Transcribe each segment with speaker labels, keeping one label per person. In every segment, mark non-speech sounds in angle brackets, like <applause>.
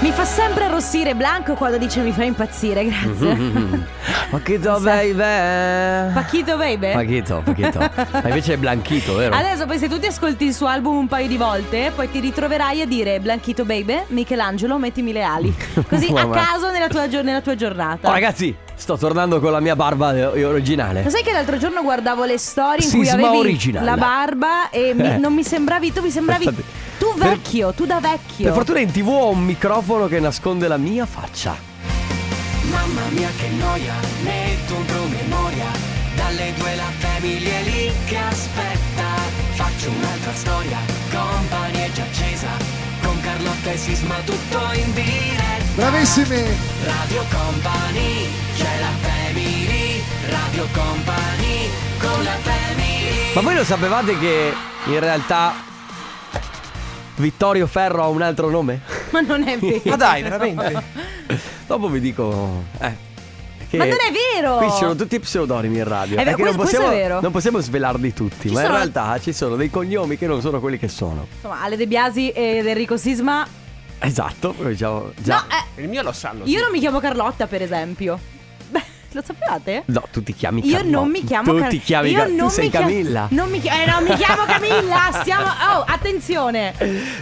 Speaker 1: Mi fa sempre arrossire Blanco quando dice mi fa impazzire, grazie.
Speaker 2: <laughs> Paquito baby.
Speaker 1: Pachito baby.
Speaker 2: Paquito, Paquito. Ma invece è Blanchito, vero?
Speaker 1: Adesso poi se tu ti ascolti il suo album un paio di volte, poi ti ritroverai a dire Blanchito baby, Michelangelo, mettimi le
Speaker 2: <laughs>
Speaker 1: ali. Così a
Speaker 2: Mamma.
Speaker 1: caso nella tua, gio- nella tua giornata.
Speaker 2: Oh ragazzi, sto tornando con la mia barba eh,
Speaker 1: Lo
Speaker 2: originale.
Speaker 1: sai che l'altro giorno guardavo le storie in cui
Speaker 2: Sisma
Speaker 1: avevi
Speaker 2: originale.
Speaker 1: la barba e mi-
Speaker 2: Eh.
Speaker 1: non mi sembravi tu, mi sembravi
Speaker 2: Infatti,
Speaker 1: tu
Speaker 2: per-
Speaker 1: vecchio, tu da
Speaker 2: Per
Speaker 1: vecchio.
Speaker 2: fortuna in TV ho un microfono che nasconde la mia faccia.
Speaker 3: Mamma mia che noia, metto un promemoria Dalle due la famiglia è lì che aspetta Faccio un'altra storia, compagnie è già accesa Con Carlotta e Sisma tutto in diretta
Speaker 4: Bravissimi!
Speaker 3: Radio Company, c'è la family Radio Company, con la family
Speaker 2: Ma voi lo sapevate che in realtà Vittorio Ferro ha un altro nome?
Speaker 1: <laughs> Ma non è vero.
Speaker 5: Ma dai, veramente?
Speaker 2: <laughs> Dopo vi dico. Eh. che
Speaker 1: Ma non è vero!
Speaker 2: Qui ci sono tutti i pseudonimi in radio.
Speaker 1: È vero,
Speaker 2: che non
Speaker 1: questo- questo
Speaker 2: possiamo,
Speaker 1: è vero.
Speaker 2: non possiamo svelarli tutti,
Speaker 1: Ci
Speaker 2: ma in
Speaker 1: sono-
Speaker 2: realtà ci sono dei cognomi che non sono quelli che sono.
Speaker 1: Insomma, Ale De Biasi ed Enrico Sisma.
Speaker 2: Esatto, come diciamo già.
Speaker 1: No, eh,
Speaker 5: Il mio lo sanno.
Speaker 1: io non mi chiamo Carlotta, per esempio. Beh, lo sapevate?
Speaker 2: No, tu ti chiami
Speaker 1: eh, Io
Speaker 2: Carlo-
Speaker 1: non mi chiamo
Speaker 2: Tu
Speaker 1: Car-
Speaker 2: ti chiami
Speaker 1: Io
Speaker 2: Car-
Speaker 1: non
Speaker 2: Tu sei
Speaker 1: mi chiamo-
Speaker 2: Camilla. <laughs>
Speaker 1: Non mi, chi- eh, non mi chiamo Camilla. Siamo. Oh, attenzione.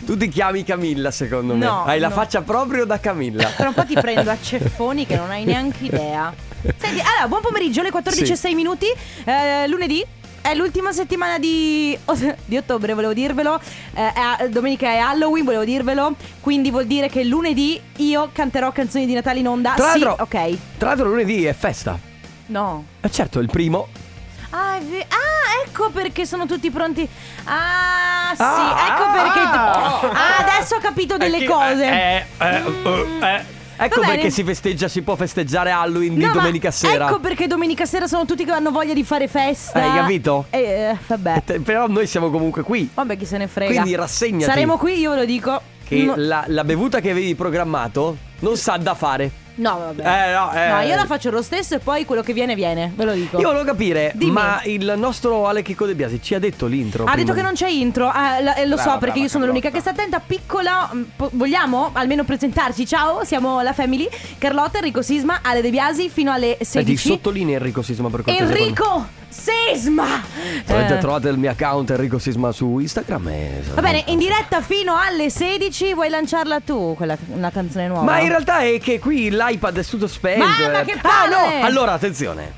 Speaker 2: Tu ti chiami Camilla, secondo me.
Speaker 1: No,
Speaker 2: Hai la
Speaker 1: no.
Speaker 2: faccia proprio da Camilla.
Speaker 1: Tra un po' ti prendo
Speaker 2: <laughs>
Speaker 1: a ceffoni che non hai neanche idea. Senti, allora, buon pomeriggio, le 14.06 minuti. eh, lunedì è l'ultima settimana di, oh, di ottobre, volevo dirvelo. Eh, è- domenica è Halloween, volevo dirvelo. Quindi vuol dire che lunedì io canterò canzoni di Natale in onda.
Speaker 2: Tra
Speaker 1: sì,
Speaker 2: l'altro-
Speaker 1: ok.
Speaker 2: Tra l'altro lunedì è festa.
Speaker 1: No.
Speaker 2: Eh, certo, il primo.
Speaker 1: Ah, è ve- ah, ecco perché sono tutti pronti. Ah, sì,
Speaker 2: Ah,
Speaker 1: ecco perché.
Speaker 2: ah.
Speaker 1: Ah, adesso ho capito delle
Speaker 2: Chi-
Speaker 1: cose.
Speaker 2: eh, eh, eh, eh. Ecco
Speaker 1: Va bene.
Speaker 2: perché si festeggia, si può festeggiare Halloween di
Speaker 1: No, ma
Speaker 2: domenica sera.
Speaker 1: Ecco perché domenica sera sono tutti che hanno voglia di fare festa.
Speaker 2: Hai capito?
Speaker 1: Eh, eh, vabbè.
Speaker 2: Te- Però noi siamo comunque qui.
Speaker 1: Vabbè, chi se ne frega.
Speaker 2: Quindi rassegnati.
Speaker 1: Saremo qui, io ve lo dico.
Speaker 2: Che
Speaker 1: No,
Speaker 2: la, la bevuta che avevi programmato non sa da fare.
Speaker 1: no, vabbè.
Speaker 2: Eh, no, eh.
Speaker 1: io la faccio lo stesso e poi quello che viene, viene. Ve lo dico.
Speaker 2: Io volevo capire,
Speaker 1: Dimmi.
Speaker 2: ma il nostro Ale Chicco De Biasi ci ha detto l'intro.
Speaker 1: ha detto
Speaker 2: prima
Speaker 1: che
Speaker 2: di-
Speaker 1: non c'è intro, Ah, la- eh, lo so
Speaker 5: Brava,
Speaker 1: perché
Speaker 5: brava,
Speaker 1: io sono l'unica che
Speaker 5: Carlotta.
Speaker 1: sta attenta. Piccola, mm, po- vogliamo almeno presentarci? Ciao, siamo la family. Carlotta, Enrico Sisma, Ale De Biasi fino alle
Speaker 2: Senti,
Speaker 1: 16.
Speaker 2: Eh, sottolinea Enrico Sisma per cortesia.
Speaker 1: Enrico Sisma!
Speaker 2: Trovate,
Speaker 1: Eh.
Speaker 2: trovate il mio account Enrico Sisma su Instagram. eh, e-
Speaker 1: Va bene, in diretta fino alle 16 vuoi lanciarla tu, quella, una canzone nuova?
Speaker 2: Ma in realtà è che qui l'iPad è tutto spento.
Speaker 1: Mamma,
Speaker 2: eh.
Speaker 1: che
Speaker 2: ah,
Speaker 1: palle!
Speaker 2: no! Allora, attenzione.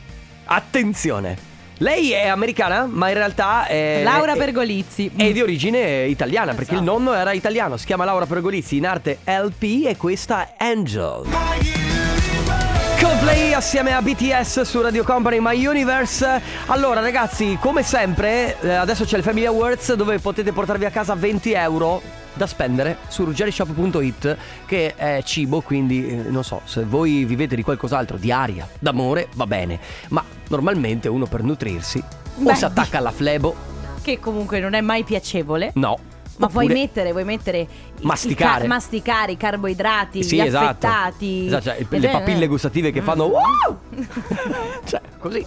Speaker 2: Attenzione. Lei è americana, ma in realtà è.
Speaker 1: Laura
Speaker 2: è-
Speaker 1: Pergolizzi.
Speaker 2: È di origine italiana, perché il
Speaker 1: Esatto.
Speaker 2: nonno era italiano. Si chiama Laura Pergolizzi in arte LP e questa è Angel. Coldplay assieme a BTS su Radio Company My Universe. Allora ragazzi, come sempre, eh, adesso c'è il Family Awards dove potete portarvi a casa 20 euro da spendere su ruggerishop.it che è cibo, quindi eh, non so, se voi vivete di qualcos'altro, di aria, d'amore, va bene. Ma normalmente uno per nutrirsi o
Speaker 1: Beh,
Speaker 2: si attacca alla flebo,
Speaker 1: Che comunque non è mai piacevole.
Speaker 2: no.
Speaker 1: Ma
Speaker 2: oppure-
Speaker 1: vuoi mettere, vuoi mettere i-
Speaker 2: Masticare.
Speaker 1: i, ca- masticare i carboidrati,
Speaker 2: Sì,
Speaker 1: gli
Speaker 2: esatto.
Speaker 1: affettati.
Speaker 2: Esatto, cioè,
Speaker 1: Eh,
Speaker 2: le
Speaker 1: eh,
Speaker 2: papille
Speaker 1: eh.
Speaker 2: gustative che
Speaker 1: <laughs>
Speaker 2: fanno wow! cioè, così.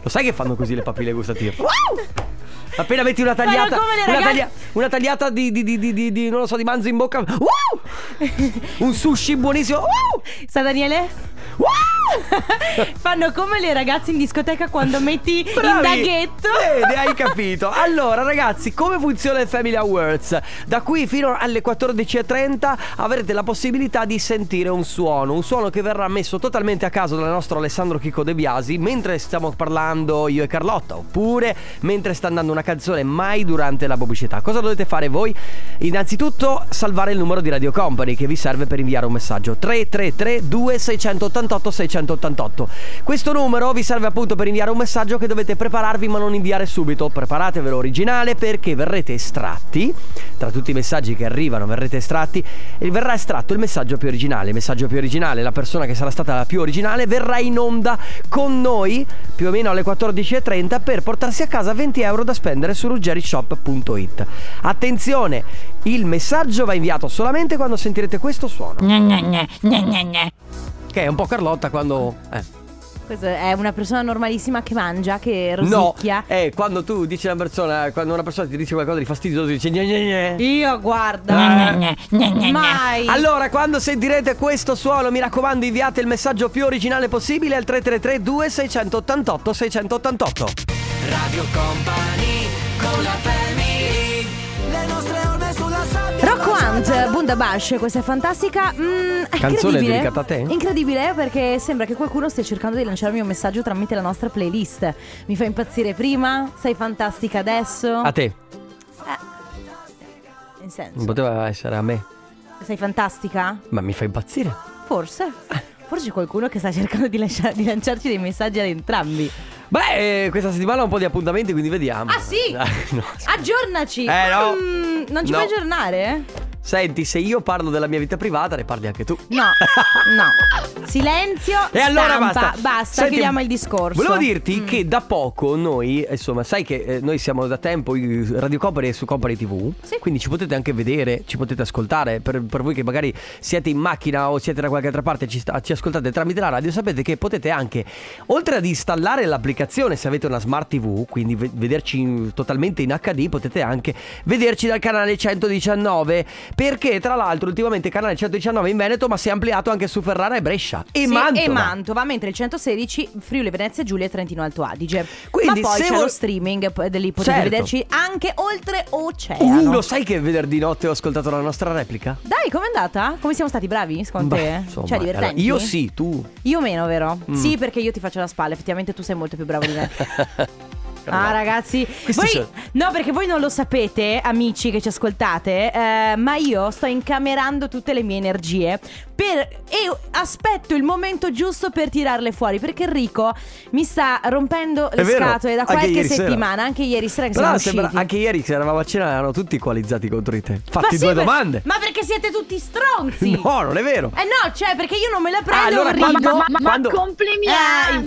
Speaker 2: Lo sai che fanno così le papille gustative? Wow! Appena metti una tagliata,
Speaker 1: Fanno come le
Speaker 2: una,
Speaker 1: ragazze-
Speaker 2: taglia- una tagliata di, di, di, di, di- di- non lo so, di manzo in bocca.
Speaker 1: <laughs>
Speaker 2: Wow! Un sushi buonissimo. Wow!
Speaker 1: Sa Daniele?
Speaker 2: <laughs> Wow!
Speaker 1: Fanno come le ragazze in discoteca quando metti il
Speaker 2: Bravi!
Speaker 1: daghetto.
Speaker 2: Vedi, hai capito. Allora, ragazzi, come funziona il Family Awards? Da qui fino alle 14.30 avrete la possibilità di sentire un suono, un suono che verrà messo totalmente a caso dal nostro Alessandro Chicco De Biasi mentre stiamo parlando io e Carlotta, oppure mentre sta andando una canzone, mai durante la pubblicità. Cosa dovete fare voi? Innanzitutto salvare il numero di Radio Company che vi serve per inviare un messaggio 333 2688 688. Questo numero vi serve appunto per inviare un messaggio che dovete prepararvi ma non inviare subito. Preparatevelo originale perché verrete estratti. Tra tutti i messaggi che arrivano verrete estratti e verrà estratto il messaggio più originale. Il messaggio più originale, la persona che sarà stata la più originale verrà in onda con noi più o meno alle 14.30 per portarsi a casa 20 euro da spendere su ruggerishop.it. Attenzione, il messaggio va inviato solamente quando sentirete questo suono. Che è un po' Carlotta quando... Eh.
Speaker 1: Questa è una persona normalissima che mangia, che
Speaker 2: No,
Speaker 1: rosicchia.
Speaker 2: eh, quando tu dici a una persona, quando una persona ti dice qualcosa di fastidioso, dice gne gne gne.
Speaker 1: Io guarda. Mai.
Speaker 2: Allora, quando sentirete questo suono, mi raccomando, inviate il messaggio più originale possibile al 333 2688 688.
Speaker 3: Radio Company con la family Le nostre orme sulla sabbia
Speaker 1: Rocco Hunt, Bundabash, questa è fantastica. Mm, è
Speaker 2: Canzone
Speaker 1: incredibile.
Speaker 2: dedicata a te?
Speaker 1: Incredibile perché sembra che qualcuno stia cercando di lanciarmi un messaggio tramite la nostra playlist. Mi fa impazzire prima, sei fantastica adesso.
Speaker 2: A te.
Speaker 1: In senso,
Speaker 2: Non poteva essere a me.
Speaker 1: sei fantastica?
Speaker 2: Ma mi fa impazzire.
Speaker 1: Forse. Forse c'è qualcuno che sta cercando di, lascia- di lanciarci dei messaggi ad entrambi.
Speaker 2: Beh, eh, questa settimana ho un po' di appuntamenti, quindi vediamo.
Speaker 1: Ah, sì?
Speaker 2: <laughs>
Speaker 1: Ah.
Speaker 2: Dai, no, scusa.
Speaker 1: Aggiornaci!
Speaker 2: Eh, no.
Speaker 1: Mm, non ci
Speaker 2: No.
Speaker 1: puoi aggiornare?
Speaker 2: Senti, se io parlo della mia vita privata, ne parli anche tu.
Speaker 1: No, no. Silenzio.
Speaker 2: E allora
Speaker 1: stampa.
Speaker 2: basta.
Speaker 1: Basta,
Speaker 2: Senti,
Speaker 1: chiudiamo il discorso. Mm.
Speaker 2: Volevo dirti che da poco noi, insomma, sai che eh, noi siamo da tempo eh, Radio Company e su Company TV.
Speaker 1: Sì.
Speaker 2: Quindi ci potete anche vedere, ci potete ascoltare. Per, per voi che magari siete in macchina o siete da qualche altra parte, ci, sta- ci ascoltate tramite la radio, sapete che potete anche, oltre ad installare l'applicazione, se avete una smart TV, quindi ve- vederci in- totalmente in HD, potete anche vederci dal canale 119. Perché, tra l'altro, ultimamente il canale 119 in Veneto, ma si è ampliato anche su Ferrara e Brescia.
Speaker 1: Sì,
Speaker 2: E Mantova.
Speaker 1: e Mantova, mentre il 116 Friuli, Venezia, Giulia e Trentino Alto Adige.
Speaker 2: Quindi
Speaker 1: Ma poi
Speaker 2: se
Speaker 1: c'è
Speaker 2: vol-
Speaker 1: lo streaming, p- da lì potete
Speaker 2: Certo.
Speaker 1: vederci anche oltre oceano.
Speaker 2: Uh, lo sai che venerdì notte ho ascoltato la nostra replica?
Speaker 1: Dai, com'è andata? Come siamo stati bravi secondo
Speaker 2: Beh,
Speaker 1: te?
Speaker 2: insomma,
Speaker 1: cioè, divertenti?
Speaker 2: allora, io sì, tu.
Speaker 1: Io meno, vero?
Speaker 2: Mm.
Speaker 1: Sì, perché io ti faccio la spalla, effettivamente tu sei molto più bravo di
Speaker 2: <laughs>
Speaker 1: me. Eh. Ah ragazzi,
Speaker 2: Questi
Speaker 1: voi-
Speaker 2: sono-
Speaker 1: no perché voi non lo sapete amici che ci ascoltate, eh, ma io sto incamerando tutte le mie energie per- e aspetto il momento giusto per tirarle fuori perché Enrico mi sta rompendo le
Speaker 2: È vero,
Speaker 1: scatole da
Speaker 2: anche
Speaker 1: qualche
Speaker 2: ieri sera.
Speaker 1: settimana, anche ieri sera che
Speaker 2: Però
Speaker 1: siamo usciti.
Speaker 2: sembra- anche ieri che eravamo a cena erano tutti equalizzati contro di te. Fatti
Speaker 1: Ma sì,
Speaker 2: due
Speaker 1: per-
Speaker 2: domande.
Speaker 1: Ma perché siete tutti stronzi?
Speaker 2: <laughs> No, non è vero.
Speaker 1: Eh no, cioè perché io non me la prendo,
Speaker 2: allora,
Speaker 1: rido.
Speaker 2: quando-
Speaker 4: Ma, ma
Speaker 2: Quando-
Speaker 1: Eh, infatti.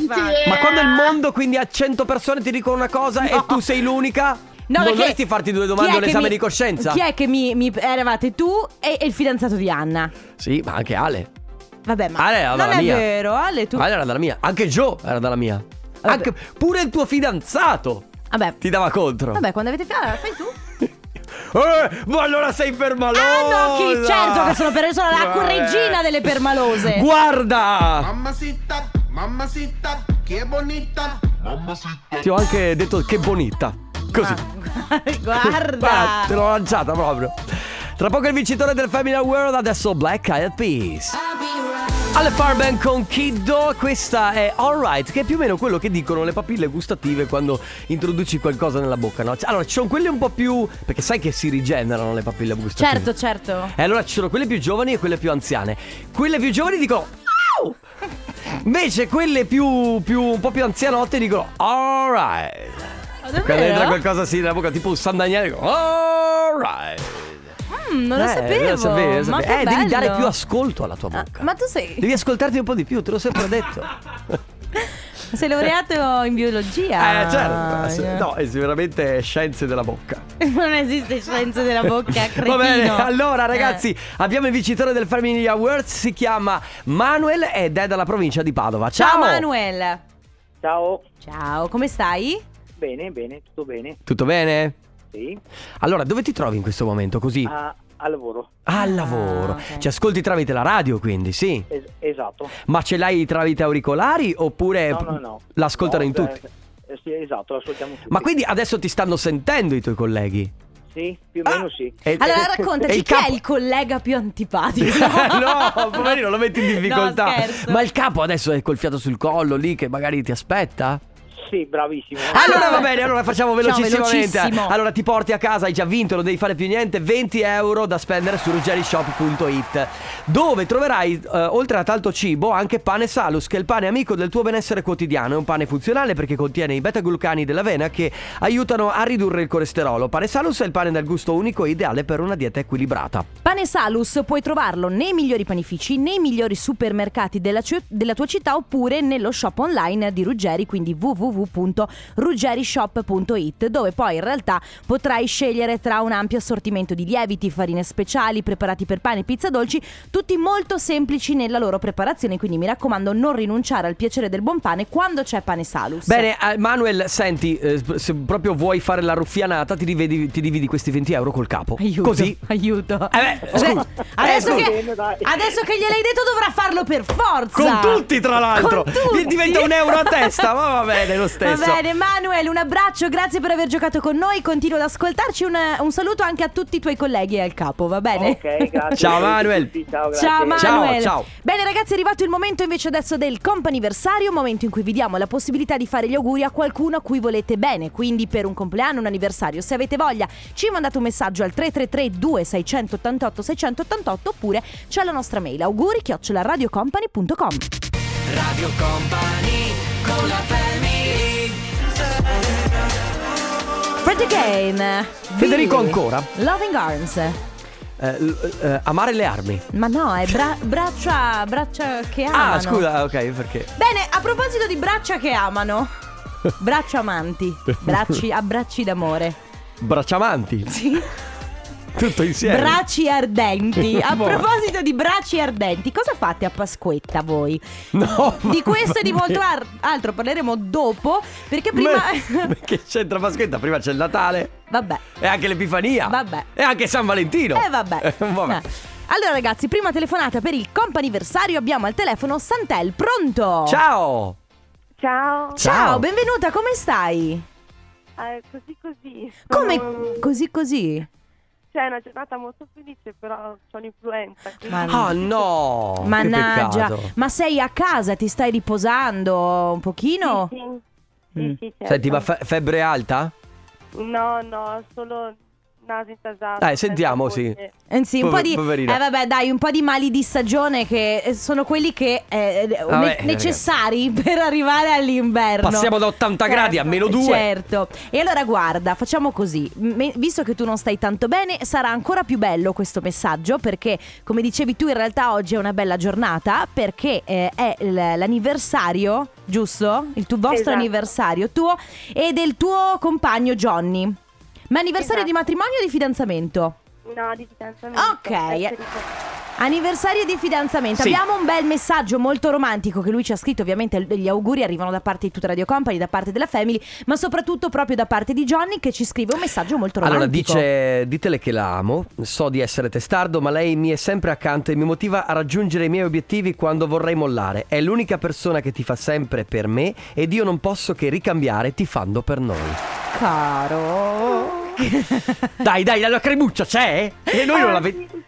Speaker 4: complimenti!
Speaker 2: Ma quando il mondo quindi a 100 persone ti dicono una cosa e tu sei l'unica?
Speaker 1: No,
Speaker 2: non
Speaker 1: perché-
Speaker 2: dovresti farti due
Speaker 1: Chi
Speaker 2: domande
Speaker 1: è
Speaker 2: un
Speaker 1: che
Speaker 2: esame
Speaker 1: mi-
Speaker 2: di coscienza?
Speaker 1: Chi è che mi, mi- eravate tu e, e il fidanzato di Anna?
Speaker 2: Sì, ma anche Ale.
Speaker 1: Vabbè, ma
Speaker 2: Ale era
Speaker 1: non
Speaker 2: dalla
Speaker 1: è
Speaker 2: mia.
Speaker 1: vero, Ale tu.
Speaker 2: Ale era dalla mia. Anche Joe era dalla mia.
Speaker 1: Vabbè.
Speaker 2: Anche pure il tuo fidanzato
Speaker 1: Vabbè.
Speaker 2: ti dava contro.
Speaker 1: Vabbè, quando avete fiato, fai tu.
Speaker 2: Eh, ma allora sei permalosa!
Speaker 1: Ah, no, chi- certo che sono per- sono la correggina delle permalose.
Speaker 2: Guarda!
Speaker 5: Mamacita, mamacita, che bonita.
Speaker 2: Ti ho anche detto che bonita. Così.
Speaker 1: Ah,
Speaker 2: <laughs> Ah, te
Speaker 1: Guarda.
Speaker 2: l'ho lanciata proprio. Tra poco il vincitore del Family World, adesso Black Eyed Peas. Alle Farben con Kiddo, questa è Alright, che è più o meno quello che dicono le papille gustative quando introduci qualcosa nella bocca, no? Allora, ci sono quelle un po' più... perché sai che si rigenerano le papille gustative.
Speaker 1: Certo, certo.
Speaker 2: E allora ci sono quelle più giovani e quelle più anziane. Quelle più giovani dicono "Au!" Invece quelle più, più un po' più anzianotte dicono alright.
Speaker 1: Ah,
Speaker 2: Quando entra
Speaker 1: Davvero?
Speaker 2: qualcosa sì nella bocca, tipo un San Daniele, dico alright.
Speaker 1: Mm, non lo
Speaker 2: Eh,
Speaker 1: sapevo.
Speaker 2: non lo sapevi, lo
Speaker 1: Ma
Speaker 2: sapevi.
Speaker 1: che
Speaker 2: Eh, devi
Speaker 1: bello.
Speaker 2: dare più ascolto alla tua bocca.
Speaker 1: Ah, ma tu sei-
Speaker 2: Devi ascoltarti un po' di più, te l'ho sempre
Speaker 1: <laughs>
Speaker 2: detto.
Speaker 1: Sei laureato in biologia.
Speaker 2: Eh,
Speaker 1: Ah,
Speaker 2: certo. No, è sicuramente scienze della bocca.
Speaker 1: <laughs>
Speaker 2: <laughs>
Speaker 1: Non esiste scienza della bocca, cretino.
Speaker 2: Va bene, allora
Speaker 1: Eh.
Speaker 2: ragazzi, abbiamo il vincitore del Family Awards, si chiama Manuel ed è dalla provincia di Padova.
Speaker 1: Ciao,
Speaker 2: Ciao,
Speaker 1: Manuel.
Speaker 6: Ciao,
Speaker 1: Ciao, come stai?
Speaker 6: bene, bene, tutto bene,
Speaker 2: Tutto bene?
Speaker 6: sì,
Speaker 2: Allora, dove ti trovi in questo momento così?
Speaker 6: a, al lavoro,
Speaker 2: Al lavoro.
Speaker 1: Ah, ok.
Speaker 2: Ci ascolti tramite la radio, quindi, sì.
Speaker 6: Es- esatto.
Speaker 2: Ma ce l'hai tramite auricolari oppure
Speaker 6: No, no, no.
Speaker 2: l'ascoltano
Speaker 6: No,
Speaker 2: Eh, in tutti?
Speaker 6: eh, eh, sì, esatto, l'ascoltiamo tutti.
Speaker 2: Ma quindi adesso ti stanno sentendo i tuoi colleghi?
Speaker 6: Sì, più o
Speaker 2: Ah,
Speaker 6: meno sì.
Speaker 2: E-
Speaker 1: Allora
Speaker 2: e- e
Speaker 1: raccontaci
Speaker 2: il
Speaker 1: chi è
Speaker 2: capo-
Speaker 1: il collega più antipatico.
Speaker 2: <laughs>
Speaker 1: <laughs>
Speaker 2: no, poverino, lo metti in difficoltà.
Speaker 1: No, scherzo.
Speaker 2: Ma il capo adesso è col fiato sul collo lì che magari ti aspetta?
Speaker 6: Sì, bravissimo.
Speaker 2: Allora va bene, allora facciamo
Speaker 1: Ah! Facciamo
Speaker 2: velocissimamente.
Speaker 1: velocissimo.
Speaker 2: allora ti porti a casa, hai già vinto, non devi fare più niente. 20 euro da spendere su ruggerishop.it dove troverai eh, oltre a tanto cibo anche pane salus, che è il pane amico del tuo benessere quotidiano. È un pane funzionale perché contiene i beta-glucani dell'avena che aiutano a ridurre il colesterolo. Pane salus è il pane dal gusto unico ideale per una dieta equilibrata.
Speaker 1: Pane Salus puoi trovarlo nei migliori panifici, nei migliori supermercati della, ciu- della tua città oppure nello shop online di Ruggeri, quindi www.ruggerishop.it www.ruggerishop.it dove poi in realtà potrai scegliere tra un ampio assortimento di lieviti, farine speciali, preparati per pane, pizza dolci, tutti molto semplici nella loro preparazione, quindi mi raccomando non rinunciare al piacere del buon pane quando c'è pane salus.
Speaker 2: Bene, eh, Manuel, senti, eh, sp- se proprio vuoi fare la ruffianata, ti, rivedi- ti dividi questi 20 euro col capo.
Speaker 1: Aiuto,
Speaker 2: Così.
Speaker 1: Aiuto.
Speaker 2: Eh beh, scusa.
Speaker 1: Cioè, adesso,
Speaker 2: Eh,
Speaker 1: che,
Speaker 6: scusa. Dai.
Speaker 1: adesso che gliel'hai detto dovrà farlo per forza.
Speaker 2: Con tutti, tra l'altro.
Speaker 1: Con tutti.
Speaker 2: Diventa un euro a testa, ma va bene lo stesso.
Speaker 1: Va bene, Manuel, un abbraccio, grazie per aver giocato con noi. Continua ad ascoltarci. Un, un saluto anche a tutti i tuoi colleghi e al capo, va bene?
Speaker 6: Ok,
Speaker 1: <laughs>
Speaker 6: grazie.
Speaker 2: Ciao, Manuel.
Speaker 6: Sì, Ciao, grazie.
Speaker 1: Ciao Manuel.
Speaker 2: Ciao, ciao.
Speaker 1: Bene ragazzi, è arrivato il momento invece adesso del comp'anniversario, momento in cui vi diamo la possibilità di fare gli auguri a qualcuno a cui volete bene, quindi per un compleanno, un anniversario, se avete voglia, ci mandate un messaggio al 333 2688 688 oppure c'è la nostra mail auguri radiocompany.com.
Speaker 3: Radio Company con la family
Speaker 1: Fred again.
Speaker 2: Federico
Speaker 1: Billy.
Speaker 2: ancora?
Speaker 1: Loving Arms.
Speaker 2: Eh, l- eh, amare le armi.
Speaker 1: Ma no, è bra- braccia, braccia che amano.
Speaker 2: Ah, scusa, ok, perché?
Speaker 1: Bene, a proposito di braccia che amano. Braccia
Speaker 2: <laughs>
Speaker 1: amanti, bracci, abbracci d'amore,
Speaker 2: Bracciamanti.
Speaker 1: sì.
Speaker 2: <laughs> Tutto insieme.
Speaker 1: bracci ardenti. A
Speaker 2: Vabbè.
Speaker 1: proposito di bracci ardenti, cosa fate a Pasquetta voi?
Speaker 2: No,
Speaker 1: Di questo e di molto
Speaker 2: altro
Speaker 1: ar- altro parleremo dopo, perché prima...
Speaker 2: <laughs> Perché c'entra Pasquetta? Prima c'è il Natale.
Speaker 1: <laughs> Vabbè.
Speaker 2: E anche l'Epifania.
Speaker 1: Vabbè.
Speaker 2: E anche San Valentino.
Speaker 1: Eh vabbè.
Speaker 2: Ah. <laughs> vabbè.
Speaker 1: Eh. Allora ragazzi, prima telefonata per il comp'anniversario abbiamo al telefono Santel, pronto?
Speaker 2: Ciao.
Speaker 4: Ciao,
Speaker 1: Ciao, benvenuta, come stai?
Speaker 4: eh, così così. Sono-
Speaker 1: Come? Così così?
Speaker 4: Cioè, è una giornata molto felice, però ho un'influenza. quindi-
Speaker 1: Ma
Speaker 2: Ah no. che
Speaker 1: Mannaggia,
Speaker 2: peccato.
Speaker 1: ma sei a casa, ti stai riposando un pochino?
Speaker 4: Sì, sì. Sì,
Speaker 1: Mm.
Speaker 4: sì, certo.
Speaker 2: Senti, ma fe- febbre alta?
Speaker 4: No, no, solo naso intasato.
Speaker 2: Dai, sentiamo,
Speaker 4: senza voce.
Speaker 1: Eh sì, un po'
Speaker 2: Pover-
Speaker 1: di...
Speaker 2: poverina.
Speaker 1: Eh vabbè dai, un po' di mali di stagione che eh, sono quelli che eh, ne-
Speaker 2: Vabbè,
Speaker 1: necessari per arrivare all'inverno.
Speaker 2: Passiamo da 80 gradi a meno 2.
Speaker 1: Certo. E allora guarda, facciamo così. Me- visto che tu non stai tanto bene, sarà ancora più bello questo messaggio perché, come dicevi tu, in realtà oggi è una bella giornata perché eh, è l- l'anniversario, giusto? Il tuo vostro
Speaker 4: Esatto.
Speaker 1: anniversario tuo e del tuo compagno Johnny. Ma anniversario di
Speaker 4: Esatto.
Speaker 1: matrimonio o di fidanzamento?
Speaker 4: No, di distanziamento.
Speaker 1: Ok. Anniversario di fidanzamento.
Speaker 2: Sì.
Speaker 1: Abbiamo un bel messaggio molto romantico che lui ci ha scritto. Ovviamente gli auguri arrivano da parte di tutta Radio Company, da parte della Family, ma soprattutto proprio da parte di Johnny che ci scrive un messaggio molto romantico.
Speaker 2: Allora dice, ditele che la amo, so di essere testardo, ma lei mi è sempre accanto e mi motiva a raggiungere i miei obiettivi quando vorrei mollare. È l'unica persona che ti fa sempre per me ed io non posso che ricambiare tifando per noi.
Speaker 1: <laughs> Caro.
Speaker 2: <laughs> Dai, dai, la cremuccia c'è? E noi non la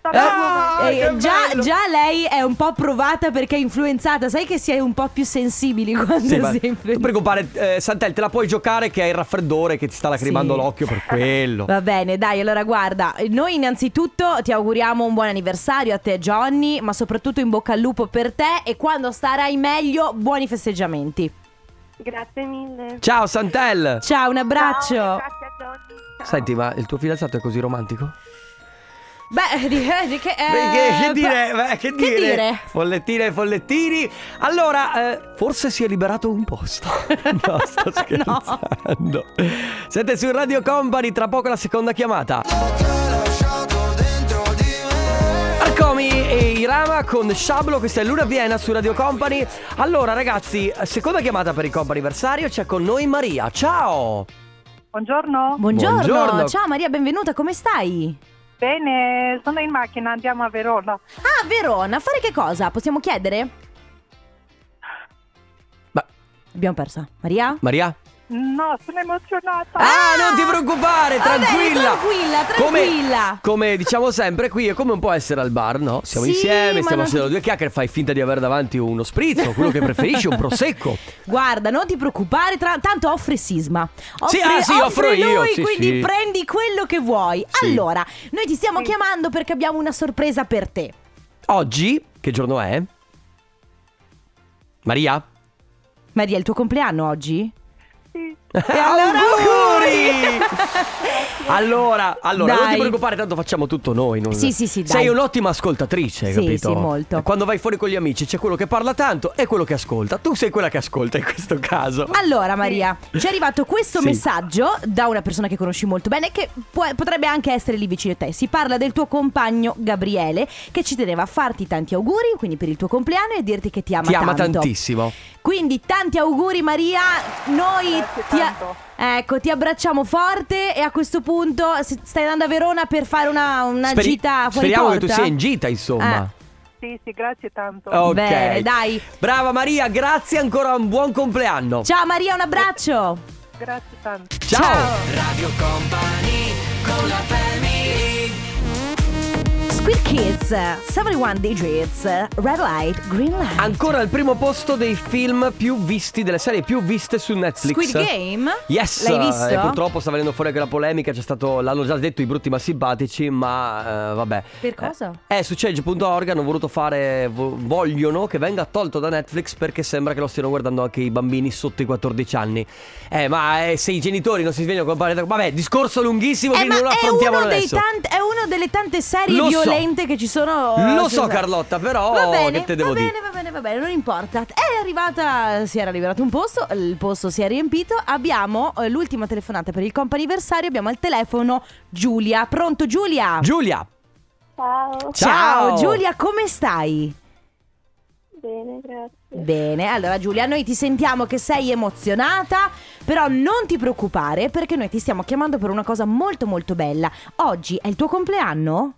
Speaker 4: Ah,
Speaker 1: Eh,
Speaker 2: vediamo.
Speaker 1: già, già lei è un po' provata perché è influenzata. Sai che si è un po' più sensibili quando
Speaker 2: Sì,
Speaker 1: sei
Speaker 2: ma non
Speaker 1: influenzata.
Speaker 2: preoccupare, eh, Santel, te la puoi giocare che hai il raffreddore che ti sta lacrimando
Speaker 1: Sì.
Speaker 2: l'occhio per quello. <laughs>
Speaker 1: Va bene, dai, allora guarda, noi innanzitutto ti auguriamo un buon anniversario a te Johnny, ma soprattutto in bocca al lupo per te e quando starai meglio, buoni festeggiamenti.
Speaker 4: Grazie mille.
Speaker 2: Ciao Santel!
Speaker 1: Ciao, un abbraccio.
Speaker 4: Ciao, grazie a Johnny. Ciao.
Speaker 2: Senti, ma il tuo fidanzato è così romantico?
Speaker 1: Beh, di, di che, eh,
Speaker 2: Beh, che, che dire,
Speaker 1: pa-
Speaker 2: beh, che, dire?
Speaker 1: dire?
Speaker 2: Follettine e follettini. Allora, eh, forse si è liberato un posto. <laughs> No, sto scherzando. Siete su Radio Company, tra poco la seconda chiamata. Arcomi e Irama con Sciablo, questa è Luna Piena su Radio Company. Allora, ragazzi, seconda chiamata per il comp anniversario, c'è con noi Maria. Ciao!
Speaker 7: Buongiorno.
Speaker 1: Buongiorno.
Speaker 2: Buongiorno.
Speaker 1: ciao Maria, benvenuta, come stai?
Speaker 7: Bene, sono in macchina, andiamo a Verona.
Speaker 1: Ah, Verona, a fare che cosa? Possiamo chiedere?
Speaker 2: Ma-
Speaker 1: Abbiamo persa. Maria?
Speaker 2: Maria?
Speaker 7: No, sono emozionata.
Speaker 2: Ah, non ti preoccupare,
Speaker 1: Va bene,
Speaker 2: tranquilla.
Speaker 1: Ah, tranquilla, tranquilla.
Speaker 2: Come, come diciamo sempre, qui è come un po' essere al bar, no? Siamo
Speaker 1: Sì,
Speaker 2: insieme,
Speaker 1: ma
Speaker 2: stiamo
Speaker 1: non-
Speaker 2: facendo due chiacchiere, fai finta di avere davanti uno spritz o quello che preferisci, un prosecco.
Speaker 1: <laughs> Guarda, non ti preoccupare, tra- tanto offre Sisma. Offre,
Speaker 2: Sì, ah, sì,
Speaker 1: offre
Speaker 2: offro io,
Speaker 1: lui,
Speaker 2: sì,
Speaker 1: quindi
Speaker 2: sì.
Speaker 1: prendi quello che vuoi.
Speaker 2: Sì.
Speaker 1: Allora, noi ti stiamo chiamando perché abbiamo una sorpresa per te.
Speaker 2: Oggi, che giorno è? Maria?
Speaker 1: Maria, è il tuo compleanno oggi?
Speaker 2: <laughs>
Speaker 7: Sì,
Speaker 1: E allora auguri!
Speaker 2: allora, allora, non ti
Speaker 1: Dai.
Speaker 2: preoccupare, tanto facciamo tutto noi. non-
Speaker 1: Sì, sì, sì, dai.
Speaker 2: Sei un'ottima ascoltatrice,
Speaker 1: Sì,
Speaker 2: capito?
Speaker 1: sì, molto.
Speaker 2: Quando vai fuori con gli amici c'è quello che parla tanto e quello che ascolta. Tu sei quella che ascolta in questo caso.
Speaker 1: Allora Maria, ci è arrivato questo
Speaker 2: Sì.
Speaker 1: messaggio da una persona che conosci molto bene che può- potrebbe anche essere lì vicino a te. Si parla del tuo compagno Gabriele che ci teneva a farti tanti auguri, quindi per il tuo compleanno e a dirti che ti ama
Speaker 2: Ti ama
Speaker 1: tanto.
Speaker 2: tantissimo.
Speaker 1: Quindi tanti auguri Maria, noi
Speaker 7: Grazie
Speaker 1: ti, a-
Speaker 7: tanto.
Speaker 1: ecco, ti abbracciamo forte e a questo punto se stai andando a Verona per fare una, una
Speaker 2: Speri-
Speaker 1: gita fuori
Speaker 2: Speriamo
Speaker 1: porta.
Speaker 2: che tu sia in gita, insomma.
Speaker 1: Eh.
Speaker 7: Sì, sì, grazie tanto.
Speaker 2: Ok.
Speaker 1: Bene, dai.
Speaker 2: Brava Maria, grazie ancora, un buon compleanno.
Speaker 1: Ciao Maria, un abbraccio.
Speaker 7: Grazie tanto.
Speaker 2: Ciao.
Speaker 3: Radio Company con la family
Speaker 1: Squid Kids, 71 Digits, Red Light, Green Light.
Speaker 2: Ancora al primo posto dei film più visti, delle serie più viste su Netflix.
Speaker 1: Squid Game?
Speaker 2: Yes,
Speaker 1: L'hai visto?
Speaker 2: eh, purtroppo sta venendo fuori anche la polemica, c'è stato, l'hanno già detto i brutti ma simpatici, ma eh, vabbè.
Speaker 1: Per cosa?
Speaker 2: Eh, su Change.org hanno voluto fare, vo- vogliono che venga tolto da Netflix perché sembra che lo stiano guardando anche i bambini sotto i 14 anni. Eh, ma eh, se i genitori non si svegliano con parere, vabbè, discorso lunghissimo,
Speaker 1: Eh,
Speaker 2: quindi
Speaker 1: ma
Speaker 2: non lo
Speaker 1: è
Speaker 2: affrontiamo
Speaker 1: uno, dei
Speaker 2: adesso.
Speaker 1: tanti- è uno delle tante serie
Speaker 2: Lo so.
Speaker 1: violente che ci sono. eh,
Speaker 2: Lo
Speaker 1: su-
Speaker 2: so, Carlotta, però
Speaker 1: Va bene,
Speaker 2: che te devo
Speaker 1: va
Speaker 2: dire?
Speaker 1: bene, va bene, va bene, non importa. È arrivata, si era liberato un posto, il posto si è riempito. Abbiamo eh, l'ultima telefonata per il comp'anniversario. Abbiamo al telefono Giulia. Pronto, Giulia?
Speaker 2: Giulia.
Speaker 8: Ciao,
Speaker 2: Ciao.
Speaker 1: Giulia, come stai?
Speaker 8: bene, grazie.
Speaker 1: Bene, allora Giulia, noi ti sentiamo che sei emozionata, però non ti preoccupare perché noi ti stiamo chiamando per una cosa molto molto bella. Oggi è il tuo compleanno?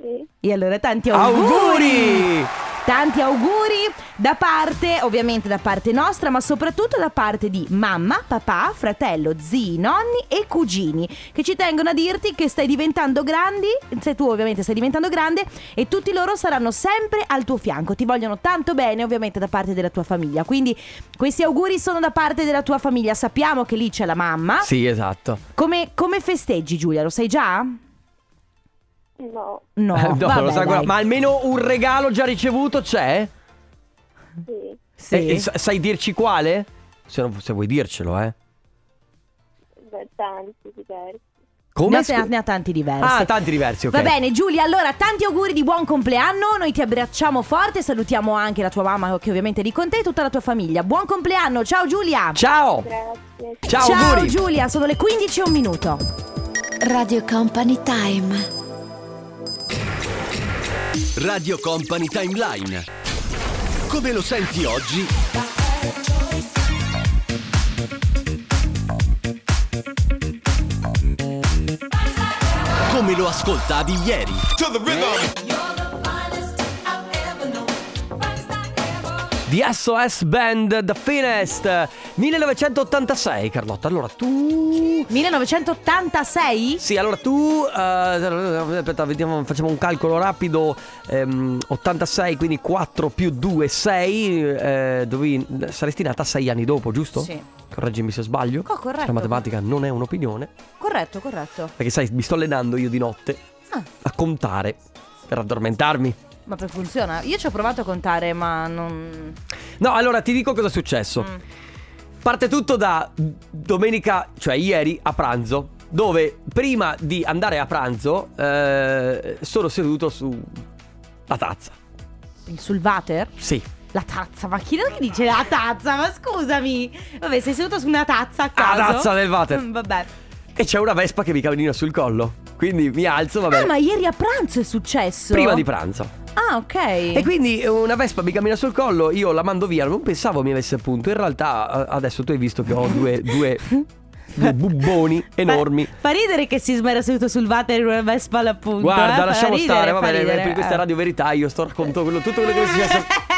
Speaker 8: Sì.
Speaker 1: E allora tanti
Speaker 2: Auguri!
Speaker 1: Tanti auguri da parte, ovviamente da parte nostra, ma soprattutto da parte di mamma, papà, fratello, zii, nonni e cugini, che ci tengono a dirti che stai diventando grandi, se tu ovviamente stai diventando grande, e tutti loro saranno sempre al tuo fianco, ti vogliono tanto bene ovviamente da parte della tua famiglia. Quindi questi auguri sono da parte della tua famiglia, sappiamo che lì c'è la mamma.
Speaker 2: Sì, esatto.
Speaker 1: Come, come festeggi Giulia, lo sai
Speaker 2: <laughs>
Speaker 1: già?
Speaker 8: No,
Speaker 1: No,
Speaker 2: Eh, <laughs> no,
Speaker 1: vabbè,
Speaker 2: lo sa
Speaker 1: dai.
Speaker 2: ancora- Ma almeno un regalo già ricevuto c'è?
Speaker 8: sì.
Speaker 1: Sì.
Speaker 2: E- e Eh, sa- sai dirci quale? Se, non- se vuoi dircelo, eh.
Speaker 8: Beh, tanti diversi.
Speaker 2: Come?
Speaker 1: Ne ha,
Speaker 2: Scu-
Speaker 1: ne ha tanti diversi.
Speaker 2: Ah, tanti diversi, ok.
Speaker 1: Va bene Giulia, allora tanti auguri di buon compleanno, noi ti abbracciamo forte, salutiamo anche la tua mamma che ovviamente è lì con te e tutta la tua famiglia. Buon compleanno, ciao Giulia!
Speaker 2: Ciao!
Speaker 8: Grazie.
Speaker 2: Ciao, auguri!
Speaker 1: Giulia, sono le 15 e un minuto.
Speaker 9: Radio Company Time.
Speaker 10: Radio Company Timeline. Come lo senti oggi? Come lo ascoltavi ieri?
Speaker 2: Di SOS Band The Finest 1986, Carlotta. Allora tu.
Speaker 1: 1986?
Speaker 2: Sì, allora tu. eh, aspetta, vediamo, facciamo un calcolo rapido. Ehm, 86, quindi 4 più 2, 6. eh, dovevi- saresti nata 6 anni dopo, giusto?
Speaker 1: Sì.
Speaker 2: Correggimi se sbaglio.
Speaker 1: Oh, corretto.
Speaker 2: La matematica non è un'opinione.
Speaker 1: Corretto, corretto.
Speaker 2: Perché sai, mi sto allenando io di notte
Speaker 1: Ah.
Speaker 2: a contare per addormentarmi.
Speaker 1: Ma per funziona? Io ci ho provato a contare, ma non...
Speaker 2: No, allora ti dico cosa è successo.
Speaker 1: Mm.
Speaker 2: Parte tutto da domenica, cioè ieri a pranzo, dove prima di andare a pranzo eh, sono seduto su la tazza.
Speaker 1: Sul water?
Speaker 2: Sì.
Speaker 1: La tazza, ma chi è che dice la tazza? Ma scusami! Vabbè, sei seduto su una tazza a
Speaker 2: La
Speaker 1: caso.
Speaker 2: Ah, tazza del water.
Speaker 1: Mm, Vabbè.
Speaker 2: E c'è una vespa che mi cammina sul collo. Quindi mi alzo, va
Speaker 1: Ah,
Speaker 2: bene.
Speaker 1: ma ieri a pranzo è successo?
Speaker 2: Prima di pranzo.
Speaker 1: Ah, ok.
Speaker 2: E quindi una vespa mi cammina sul collo, io la mando via, non pensavo mi avesse appunto. In realtà eh, adesso tu hai visto che ho
Speaker 1: <laughs>
Speaker 2: due, due, due bubboni enormi.
Speaker 1: Fa, fa ridere che si era seduto sul water in una Vespa all'appunto. eh?
Speaker 2: Guarda,
Speaker 1: Fa
Speaker 2: lasciamo
Speaker 1: ridere,
Speaker 2: stare,
Speaker 1: fa
Speaker 2: va bene,
Speaker 1: ridere,
Speaker 2: per questa
Speaker 1: eh.
Speaker 2: è Radio Verità, io sto raccontando quello- tutto quello che mi è successo.
Speaker 1: <laughs>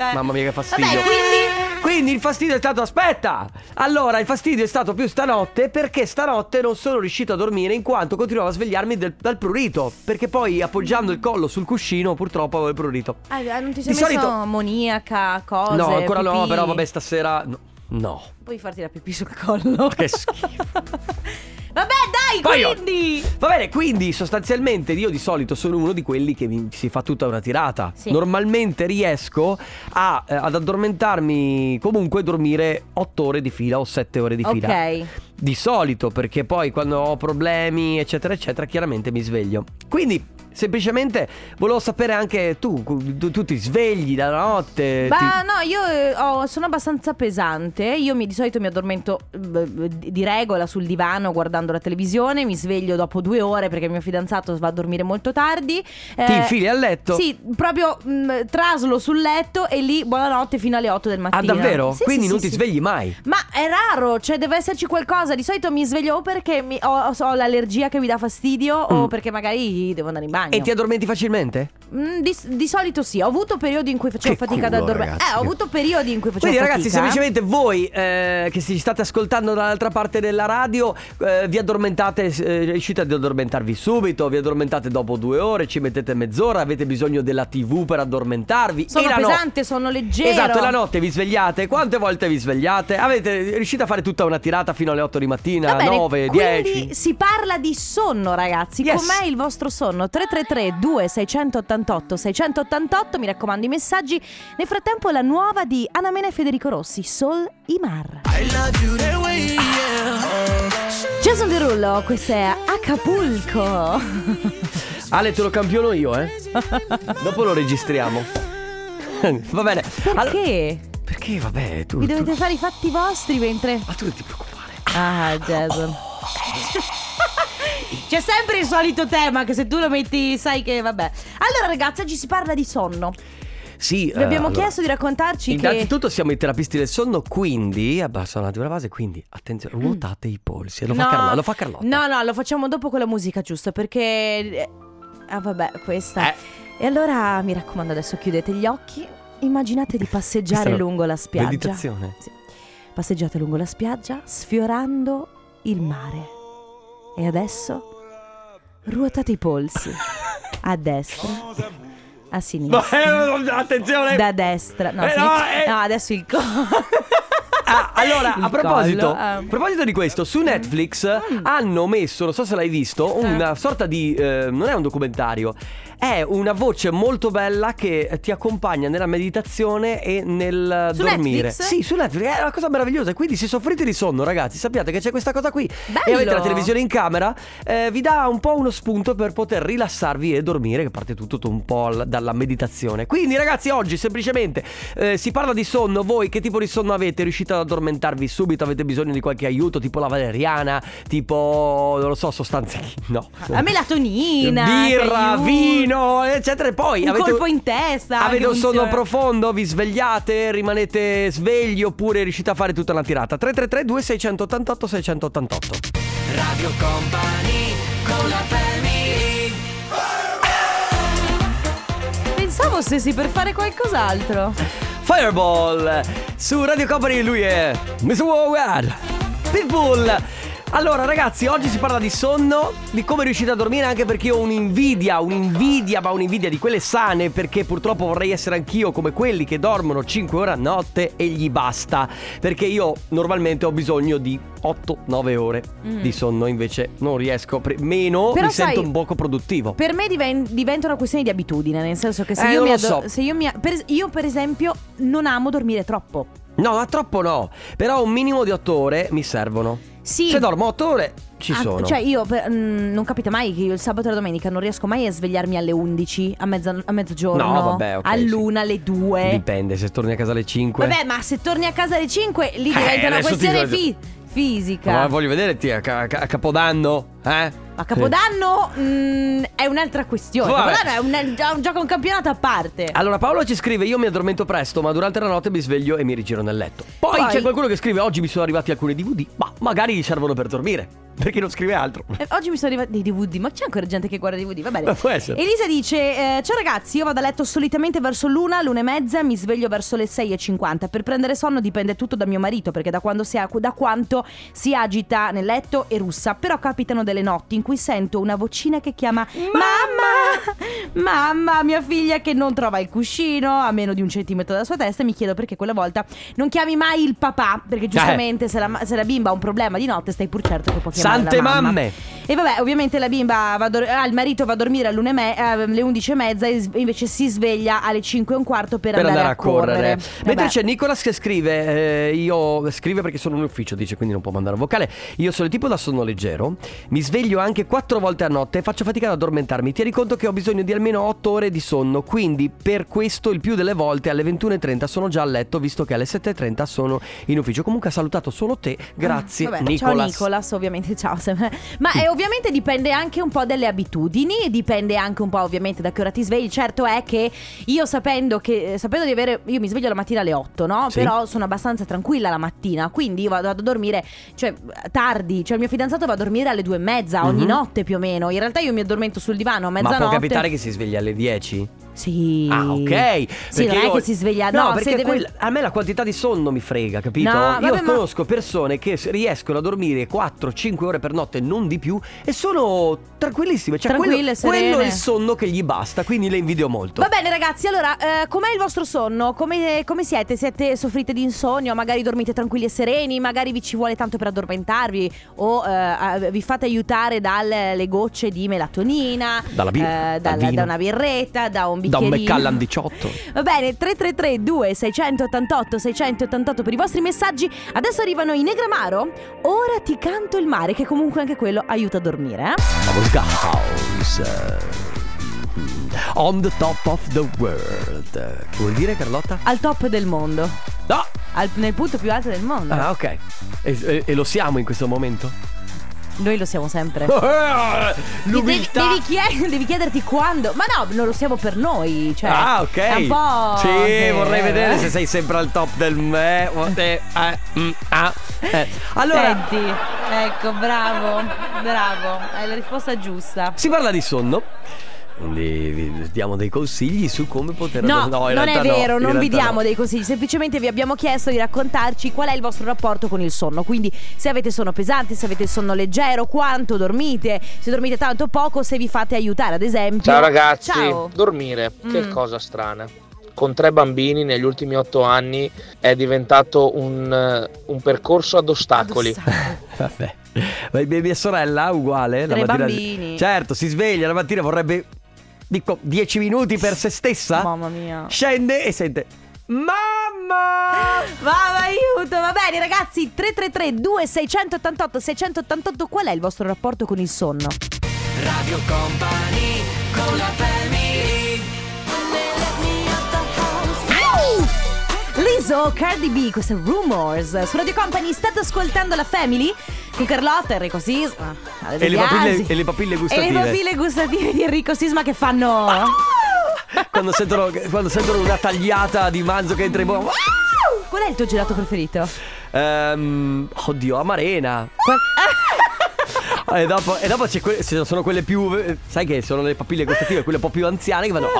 Speaker 1: Eh.
Speaker 2: Mamma mia che fastidio.
Speaker 1: Vabbè, quindi
Speaker 2: Quindi il fastidio è stato, aspetta! Allora, il fastidio è stato più stanotte perché stanotte non sono riuscito a dormire in quanto continuavo a svegliarmi del- dal prurito, perché poi appoggiando il collo sul cuscino purtroppo avevo il prurito.
Speaker 1: Ah, non ti sei
Speaker 2: Di
Speaker 1: messo
Speaker 2: solito-
Speaker 1: moniaca, cose
Speaker 2: no, ancora no,
Speaker 1: pipì?
Speaker 2: però vabbè, stasera no. no.
Speaker 1: Puoi farti la pipì sul collo
Speaker 2: Che schifo.
Speaker 1: <laughs> Vabbè, dai,
Speaker 2: Poi io-
Speaker 1: quindi.
Speaker 2: Va bene, quindi sostanzialmente io di solito sono uno di quelli che mi- si fa tutta una tirata.
Speaker 1: Sì.
Speaker 2: Normalmente riesco a, eh, ad addormentarmi, comunque dormire 8 ore di fila o 7 ore di fila.
Speaker 1: Ok.
Speaker 2: Di solito, perché poi quando ho problemi, eccetera, eccetera, chiaramente mi sveglio. Quindi, semplicemente, volevo sapere anche tu, tu, tu ti svegli la notte.
Speaker 1: Ma
Speaker 2: ti-
Speaker 1: no, io eh, ho- sono abbastanza pesante. Io mi- di solito mi addormento eh, beh, di di regola sul divano guardando la televisione. Mi sveglio dopo due ore perché il mio fidanzato va a dormire molto tardi. Eh,
Speaker 2: Ti infili a letto?
Speaker 1: Sì, proprio mh, traslo sul letto e lì buonanotte fino alle 8 del
Speaker 2: Ah,
Speaker 1: mattino.
Speaker 2: davvero?
Speaker 1: Sì,
Speaker 2: Quindi
Speaker 1: sì,
Speaker 2: non
Speaker 1: sì,
Speaker 2: ti
Speaker 1: sì.
Speaker 2: svegli mai?
Speaker 1: Ma è raro, cioè deve esserci qualcosa. Di solito mi sveglio o perché mi- ho, ho l'allergia che mi dà fastidio
Speaker 2: Mm.
Speaker 1: o perché magari devo andare in bagno.
Speaker 2: E ti addormenti facilmente?
Speaker 1: Mm, di, di solito sì, ho avuto periodi in cui facevo
Speaker 2: Che
Speaker 1: fatica ad
Speaker 2: culo,
Speaker 1: addormentare.
Speaker 2: ragazzi.
Speaker 1: Eh, ho avuto periodi in cui facevo
Speaker 2: Quindi
Speaker 1: fatica. eh?
Speaker 2: ragazzi, semplicemente voi eh, che ci state ascoltando dall'altra parte della radio, eh, vi addormentate, eh, riuscite ad addormentarvi subito, vi addormentate dopo due ore, ci mettete mezz'ora, avete bisogno della TV per addormentarvi.
Speaker 1: Sono
Speaker 2: E la no-
Speaker 1: pesante, sono leggero.
Speaker 2: Esatto, e la notte vi svegliate, quante volte vi svegliate? Avete riuscite a fare tutta una tirata fino alle 8 di mattina,
Speaker 1: Va bene,
Speaker 2: 9,
Speaker 1: quindi
Speaker 2: 10?
Speaker 1: si parla di sonno, ragazzi.
Speaker 2: Yes.
Speaker 1: Com'è il vostro sonno? 333 2688 688, mi raccomando i messaggi. Nel frattempo la nuova di Anamena e Federico Rossi, Sol Imar. Jason Derulo, questa è Acapulco.
Speaker 2: Ale te lo campiono io,
Speaker 1: <laughs>
Speaker 2: eh. Dopo lo registriamo. <laughs> Va bene. Allora-
Speaker 1: Perché?
Speaker 2: perché vabbè, tu,
Speaker 1: Vi
Speaker 2: tu-
Speaker 1: dovete fare i fatti vostri mentre
Speaker 2: Ma tu non ti preoccupare.
Speaker 1: Ah, Jason. C'è sempre il solito tema che se tu lo metti sai che vabbè. Allora ragazzi, oggi si parla di sonno.
Speaker 2: Sì,
Speaker 1: Vi abbiamo
Speaker 2: eh, allora,
Speaker 1: chiesto di raccontarci che
Speaker 2: Innanzitutto siamo i terapisti del sonno, quindi abbassa un attimo la base, quindi attenzione, ruotate i polsi. Lo, fa Carlo- lo fa Carlotta.
Speaker 1: Mm. No, no, lo facciamo dopo con la musica giusta perché ah vabbè, questa.
Speaker 2: Eh.
Speaker 1: E allora mi raccomando adesso chiudete gli occhi, immaginate di
Speaker 2: Questa è
Speaker 1: passeggiare
Speaker 2: una
Speaker 1: lungo la spiaggia.
Speaker 2: meditazione.
Speaker 1: Sì. Passeggiate lungo la spiaggia sfiorando il mare. E adesso ruotate i polsi a destra, a
Speaker 2: Ma,
Speaker 1: sinistra.
Speaker 2: <laughs> eh, attenzione!
Speaker 1: Da destra, Boh, no,
Speaker 2: Eh,
Speaker 1: sì.
Speaker 2: no, eh.
Speaker 1: No, adesso il collo.
Speaker 2: Ah, allora,
Speaker 1: Il
Speaker 2: a proposito,
Speaker 1: collo, Mm. ah.
Speaker 2: a proposito di questo, su Netflix hanno messo, non so se l'hai visto, una sorta di. eh, non è un documentario, è una voce molto bella che ti accompagna nella meditazione e nel
Speaker 1: Su
Speaker 2: dormire.
Speaker 1: Netflix?
Speaker 2: Sì, su Netflix, è una cosa meravigliosa. Quindi, se soffrite di sonno, ragazzi, sappiate che c'è questa cosa qui. E
Speaker 1: Bello.
Speaker 2: avete la televisione in camera, eh, vi dà un po' uno spunto per poter rilassarvi e dormire, che parte tutto un po' al- dalla meditazione. Quindi, ragazzi, oggi semplicemente eh, si parla di sonno. Voi che tipo di sonno avete? Riuscite ad addormentarvi subito? Avete bisogno di qualche aiuto, tipo la valeriana, tipo non lo so, sostanze che no.
Speaker 1: La melatonina,
Speaker 2: birra,
Speaker 1: che aiuta.
Speaker 2: vino, eccetera. E poi
Speaker 1: Un
Speaker 2: avete
Speaker 1: colpo in testa. anche
Speaker 2: Avete un sonno
Speaker 1: funziona.
Speaker 2: profondo, vi svegliate, rimanete svegli oppure riuscite a fare tutta una tirata. 333 2688 688.
Speaker 3: Radio Company con la family
Speaker 1: Pensavo stessi per fare qualcos'altro.
Speaker 2: Fireball su Radio Company lui è Mr. Worldwide Pitbull allora ragazzi oggi si parla di sonno di come riuscite a dormire anche perché io ho un'invidia un'invidia ma un'invidia di quelle sane perché purtroppo vorrei essere anch'io come quelli che dormono 5 ore a notte e gli basta perché io normalmente ho bisogno di 8-9 ore
Speaker 1: Mm.
Speaker 2: di sonno invece non riesco pre- meno
Speaker 1: Però
Speaker 2: mi sento
Speaker 1: sai-
Speaker 2: un poco produttivo
Speaker 1: Per me diven- diventa una questione di abitudine, nel senso che se
Speaker 2: Eh,
Speaker 1: io mi
Speaker 2: non lo
Speaker 1: addo-
Speaker 2: so.
Speaker 1: se io mi per, io per esempio non amo dormire troppo.
Speaker 2: no ma troppo no però un minimo di 8 ore mi servono
Speaker 1: Sì.
Speaker 2: Se dormo 8 ore ci
Speaker 1: Ah,
Speaker 2: sono.
Speaker 1: Cioè io per- mm, non capita mai che io il sabato e la domenica non riesco mai a svegliarmi alle 11, a, mezza- a mezzogiorno,
Speaker 2: No, vabbè, ok,
Speaker 1: all'una,
Speaker 2: sì.
Speaker 1: alle 2.
Speaker 2: Dipende, se torni a casa alle 5.
Speaker 1: Vabbè, ma se torni a casa alle 5 lì
Speaker 2: Eh,
Speaker 1: diventa una
Speaker 2: adesso ti
Speaker 1: questione
Speaker 2: voglio-
Speaker 1: fi- fisica.
Speaker 2: Ma voglio vedere ti a, ca- a Capodanno, eh?
Speaker 1: A Capodanno mm, è un'altra questione.
Speaker 2: Vabbè.
Speaker 1: Capodanno è un, già un gioco un campionato a parte.
Speaker 2: Allora Paolo ci scrive "Io mi addormento presto, ma durante la notte mi sveglio e mi rigiro nel letto". Poi,
Speaker 1: Poi-
Speaker 2: c'è qualcuno che scrive "Oggi mi sono arrivati alcuni DVD, ma magari gli servono per dormire". <laughs> Perché non scrive altro?
Speaker 1: Eh, Oggi mi sono arrivati dei DVD, ma c'è ancora gente che guarda i DVD, va bene.
Speaker 2: Ma può essere.
Speaker 1: Elisa dice: eh, Ciao ragazzi, io vado a letto solitamente verso l'una, l'una e mezza, mi sveglio verso le 6.50. Per prendere sonno dipende tutto da mio marito, perché da, quando si, da quanto si agita nel letto e russa. Però capitano delle notti in cui sento una vocina che chiama Mamma! Mamma, mia figlia che non trova il cuscino a meno di un centimetro dalla sua testa. E mi chiedo perché quella volta non chiami mai il papà. Perché
Speaker 2: Eh.
Speaker 1: giustamente se, la, se la bimba ha un problema di notte, stai pur certo che può chiamare
Speaker 2: Sante
Speaker 1: la mamma.
Speaker 2: mamme.
Speaker 1: E vabbè, ovviamente la bimba va a dor- ah, il marito va a dormire alle, une me- eh, alle 11 e mezza e s- invece si sveglia alle 5 e un quarto per,
Speaker 2: per andare a correre. Mentre
Speaker 1: Vabbè.
Speaker 2: c'è Nicolas che scrive, eh, io scrive perché sono in ufficio, dice quindi non può mandare un vocale. Io sono il tipo da sonno leggero, mi sveglio anche quattro volte a notte e faccio fatica ad addormentarmi. Tieni conto che ho bisogno di almeno 8 ore di sonno, quindi per questo il più delle volte alle 21.30 sono già a letto visto che alle 7.30 sono in ufficio. Comunque ha salutato solo te, grazie
Speaker 1: Vabbè,
Speaker 2: Nicolas.
Speaker 1: Ciao Nicolas, ovviamente ciao. sempre. Ma eh, ovviamente dipende anche un po' dalle abitudini, dipende anche un po' ovviamente da che ora ti svegli. Certo è che io sapendo che eh, sapendo di avere io mi sveglio la mattina alle 8, no?
Speaker 2: Sì.
Speaker 1: Però sono abbastanza tranquilla la mattina, quindi io vado, vado a dormire, cioè tardi, cioè il mio fidanzato va a dormire alle due e mezza ogni
Speaker 2: Mhm.
Speaker 1: notte più o meno. In realtà io mi addormento sul divano a
Speaker 2: Ma
Speaker 1: mezzanotte.
Speaker 2: può capitare che si svegli alle 10?
Speaker 1: Sì.
Speaker 2: Ah, ok.
Speaker 1: Sì, non
Speaker 2: Perché
Speaker 1: è
Speaker 2: io-
Speaker 1: che si sveglia
Speaker 2: No,
Speaker 1: Eh, no, se
Speaker 2: perché
Speaker 1: deve-
Speaker 2: quella- a me la quantità di sonno mi frega, capito?
Speaker 1: No,
Speaker 2: Io
Speaker 1: vabbè, ma-
Speaker 2: conosco persone che s- riescono a dormire 4-5 ore per notte, non di più, e sono tranquillissime. Cioè,
Speaker 1: Tranquille,
Speaker 2: quello, quello è
Speaker 1: serene.
Speaker 2: il sonno che gli basta, quindi le invidio molto.
Speaker 1: Va bene ragazzi, allora eh, com'è il vostro sonno? Come, come siete? Siete soffrite di insonnia? Magari dormite tranquilli e sereni? Magari vi ci vuole tanto per addormentarvi? O eh, vi fate aiutare dalle gocce di melatonina?
Speaker 2: Dalla birra,
Speaker 1: eh,
Speaker 2: dal
Speaker 1: dalla-
Speaker 2: vino.
Speaker 1: da una birretta, da un
Speaker 2: da un
Speaker 1: bicchierino?
Speaker 2: McCallan 18.
Speaker 1: Va bene, 333 2688 688 per i vostri messaggi. Adesso arrivano i Negramaro. Ora ti canto il mare, che comunque anche quello aiuta a dormire. Eh?
Speaker 2: Vamos House. On the top of the world. Che vuol dire Carlotta?
Speaker 1: Al top del mondo,
Speaker 2: No!
Speaker 1: al- nel punto più alto del mondo.
Speaker 2: Ah, ok. E- e- e lo siamo in questo momento? <laughs>
Speaker 1: Noi lo siamo sempre. Devi,
Speaker 2: L'umiltà.
Speaker 1: devi chied- devi chiederti quando. Ma no, non lo siamo per noi. Cioè,
Speaker 2: ah, ok.
Speaker 1: È un po'. eh,
Speaker 2: Sì,
Speaker 1: che-
Speaker 2: vorrei vedere se sei sempre al top del me. o te- eh, mm, ah, eh. Allora,
Speaker 1: Senti, ecco, bravo, bravo. Hai la risposta giusta.
Speaker 2: si parla di sonno. Quindi vi diamo dei consigli su come poter
Speaker 1: No,
Speaker 2: in
Speaker 1: non è
Speaker 2: realtà no,
Speaker 1: vero,
Speaker 2: in
Speaker 1: non vi
Speaker 2: realtà
Speaker 1: diamo
Speaker 2: no.
Speaker 1: dei consigli, semplicemente vi abbiamo chiesto di raccontarci qual è il vostro rapporto con il sonno, quindi se avete sonno pesante, se avete sonno leggero, quanto dormite, se dormite tanto o poco, se vi fate aiutare ad esempio.
Speaker 11: Ciao ragazzi,
Speaker 1: Ciao.
Speaker 11: dormire, che
Speaker 1: Mm.
Speaker 11: cosa strana. Con tre bambini negli ultimi otto anni è diventato un, eh, un percorso ad ostacoli.
Speaker 2: <laughs> Vabbè. Ma mia, mia sorella uguale. la
Speaker 1: Tre
Speaker 2: mattina-
Speaker 1: bambini.
Speaker 2: Certo, si sveglia la mattina, vorrebbe. Dico, 10 minuti per se stessa.
Speaker 1: Mamma mia.
Speaker 2: Scende e sente. Mamma!
Speaker 1: Mamma aiuto, va bene ragazzi 333 2688 688 qual è il vostro rapporto con il sonno?
Speaker 3: Radio Company con la family
Speaker 1: Liso, Cardi B, questo è Rumors Su Radio Company state ascoltando la Family Con Carlotta, Enrico Sisma Alessia
Speaker 2: E le, papille,
Speaker 1: Asi.
Speaker 2: e le papille gustative. Ah!
Speaker 1: E le papille gustative di Enrico Sisma che fanno Ah!
Speaker 2: <laughs> quando, sentono, quando sentono una tagliata di manzo che entra in bocca.
Speaker 1: Qual è il tuo gelato preferito?
Speaker 2: Ehm, oddio, amarena.
Speaker 1: <laughs>
Speaker 2: E dopo, e dopo c'è que- ci sono quelle più. eh, Sai che sono le papille gustative, quelle un po' più anziane che vanno.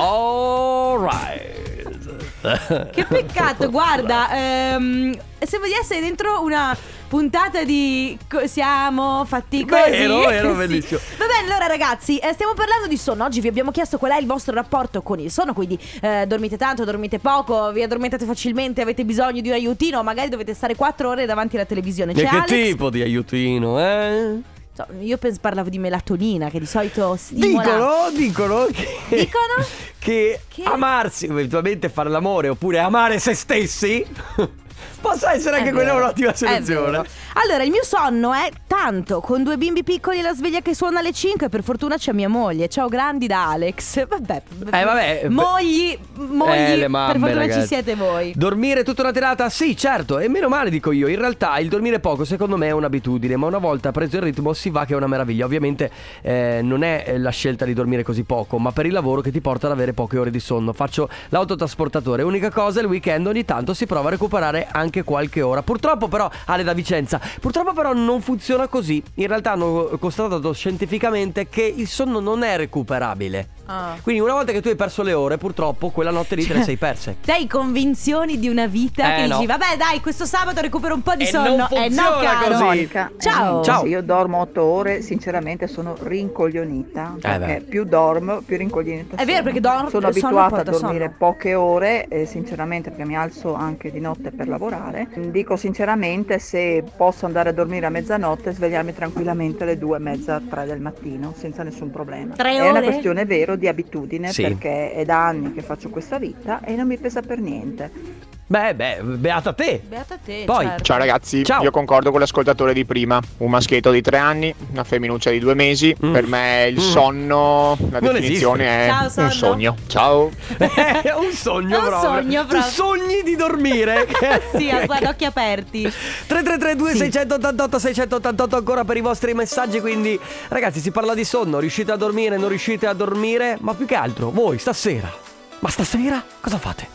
Speaker 2: Alright.
Speaker 1: Che peccato,
Speaker 2: <laughs>
Speaker 1: guarda, ehm, sembra di essere dentro una puntata di co- Siamo fatti così.
Speaker 2: Vero, vero,
Speaker 1: <laughs> Sì.
Speaker 2: bellissimo.
Speaker 1: Va bene, allora ragazzi, eh, stiamo parlando di sonno. Oggi vi abbiamo chiesto qual è il vostro rapporto con il sonno, quindi eh, dormite tanto, dormite poco, vi addormentate facilmente, avete bisogno di un aiutino, magari dovete stare 4 ore davanti alla televisione.
Speaker 2: E
Speaker 1: C'è
Speaker 2: che
Speaker 1: Cioè, Alex-
Speaker 2: tipo di aiutino, eh?
Speaker 1: So, io penso parlavo di melatonina, che di solito stimola.
Speaker 2: Dicono, dicono che.
Speaker 1: Dicono?
Speaker 2: <laughs> Che,
Speaker 1: Che?
Speaker 2: amarsi, eventualmente fare l'amore oppure amare se stessi. <laughs> Possa essere anche
Speaker 1: È
Speaker 2: quella
Speaker 1: vero,
Speaker 2: un'ottima
Speaker 1: è
Speaker 2: selezione.
Speaker 1: vero. Allora, il mio sonno è tanto. Con due bimbi piccoli e la sveglia che suona alle 5. Per fortuna c'è mia moglie. Ciao, grandi da Alex. <laughs> Vabbè.
Speaker 2: Eh, vabbè.
Speaker 1: Mogli, mogli.
Speaker 2: Eh, le mamme,
Speaker 1: per fortuna
Speaker 2: ragazzi.
Speaker 1: ci siete voi.
Speaker 2: Dormire tutta una serata? Sì, certo, e meno male dico io. In realtà il dormire poco secondo me è un'abitudine, ma una volta preso il ritmo si va che è una meraviglia. Ovviamente eh, non è eh, la scelta di dormire così poco, ma per il lavoro che ti porta ad avere poche ore di sonno. Faccio l'autotrasportatore. Unica cosa, il weekend ogni tanto si prova a recuperare anche qualche ora. Purtroppo però, Ale da Vicenza, purtroppo però non funziona così. In realtà hanno constatato scientificamente che il sonno non è recuperabile.
Speaker 1: Ah.
Speaker 2: Quindi una volta che tu hai perso le ore, purtroppo quella notte lì te
Speaker 1: Cioè.
Speaker 2: le sei perse.
Speaker 1: Dai convinzioni di una vita
Speaker 2: Eh,
Speaker 1: che
Speaker 2: no.
Speaker 1: dici vabbè dai questo sabato recupero un po' di
Speaker 2: E
Speaker 1: sonno
Speaker 2: non
Speaker 1: Eh, no
Speaker 2: funziona
Speaker 1: caro
Speaker 2: così.
Speaker 12: Monica,
Speaker 1: Ciao
Speaker 12: eh, se io dormo 8 ore, sinceramente sono rincoglionita.
Speaker 2: Eh,
Speaker 12: perché
Speaker 1: beh.
Speaker 12: più dormo, più rincoglionita.
Speaker 1: È vero,
Speaker 12: sono.
Speaker 1: perché dor-
Speaker 12: Sono
Speaker 1: il sonno
Speaker 12: abituata a
Speaker 1: porta sonno.
Speaker 12: dormire poche ore, eh, sinceramente, perché mi alzo anche di notte per lavorare. Dico sinceramente, se posso andare a dormire a mezzanotte e svegliarmi tranquillamente alle 2 e mezza, 3 del mattino, senza nessun problema.
Speaker 1: Tre
Speaker 12: è
Speaker 1: ore?
Speaker 12: una questione vero di abitudine,
Speaker 2: Sì.
Speaker 12: perché è da anni che faccio questa vita e non mi pesa per niente.
Speaker 2: Beh, beh, beata te.
Speaker 1: Beata te
Speaker 2: Poi-
Speaker 1: certo.
Speaker 13: Ciao ragazzi, io concordo con l'ascoltatore di prima. Un maschietto di tre anni, una femminuccia di due mesi. Per me il sonno, la
Speaker 2: Non
Speaker 13: definizione
Speaker 2: esiste. Ciao,
Speaker 13: è
Speaker 2: sonno.
Speaker 13: un sogno. Ciao.
Speaker 2: <laughs> È un sogno
Speaker 1: È un
Speaker 2: proprio.
Speaker 1: sogno
Speaker 2: Tu
Speaker 1: proprio.
Speaker 2: sogni di dormire.
Speaker 1: <laughs> Sì guarda occhi aperti
Speaker 2: <laughs> 3332 688 688 ancora per i vostri messaggi, quindi ragazzi si parla di sonno, riuscite a dormire, non riuscite a dormire, ma più che altro voi stasera, ma stasera cosa fate?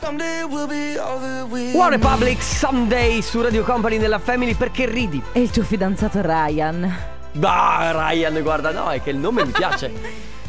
Speaker 2: One Republic Someday su Radio Company della Family perché ridi?
Speaker 1: E il tuo fidanzato Ryan
Speaker 2: Bah Ryan guarda no è che il nome mi piace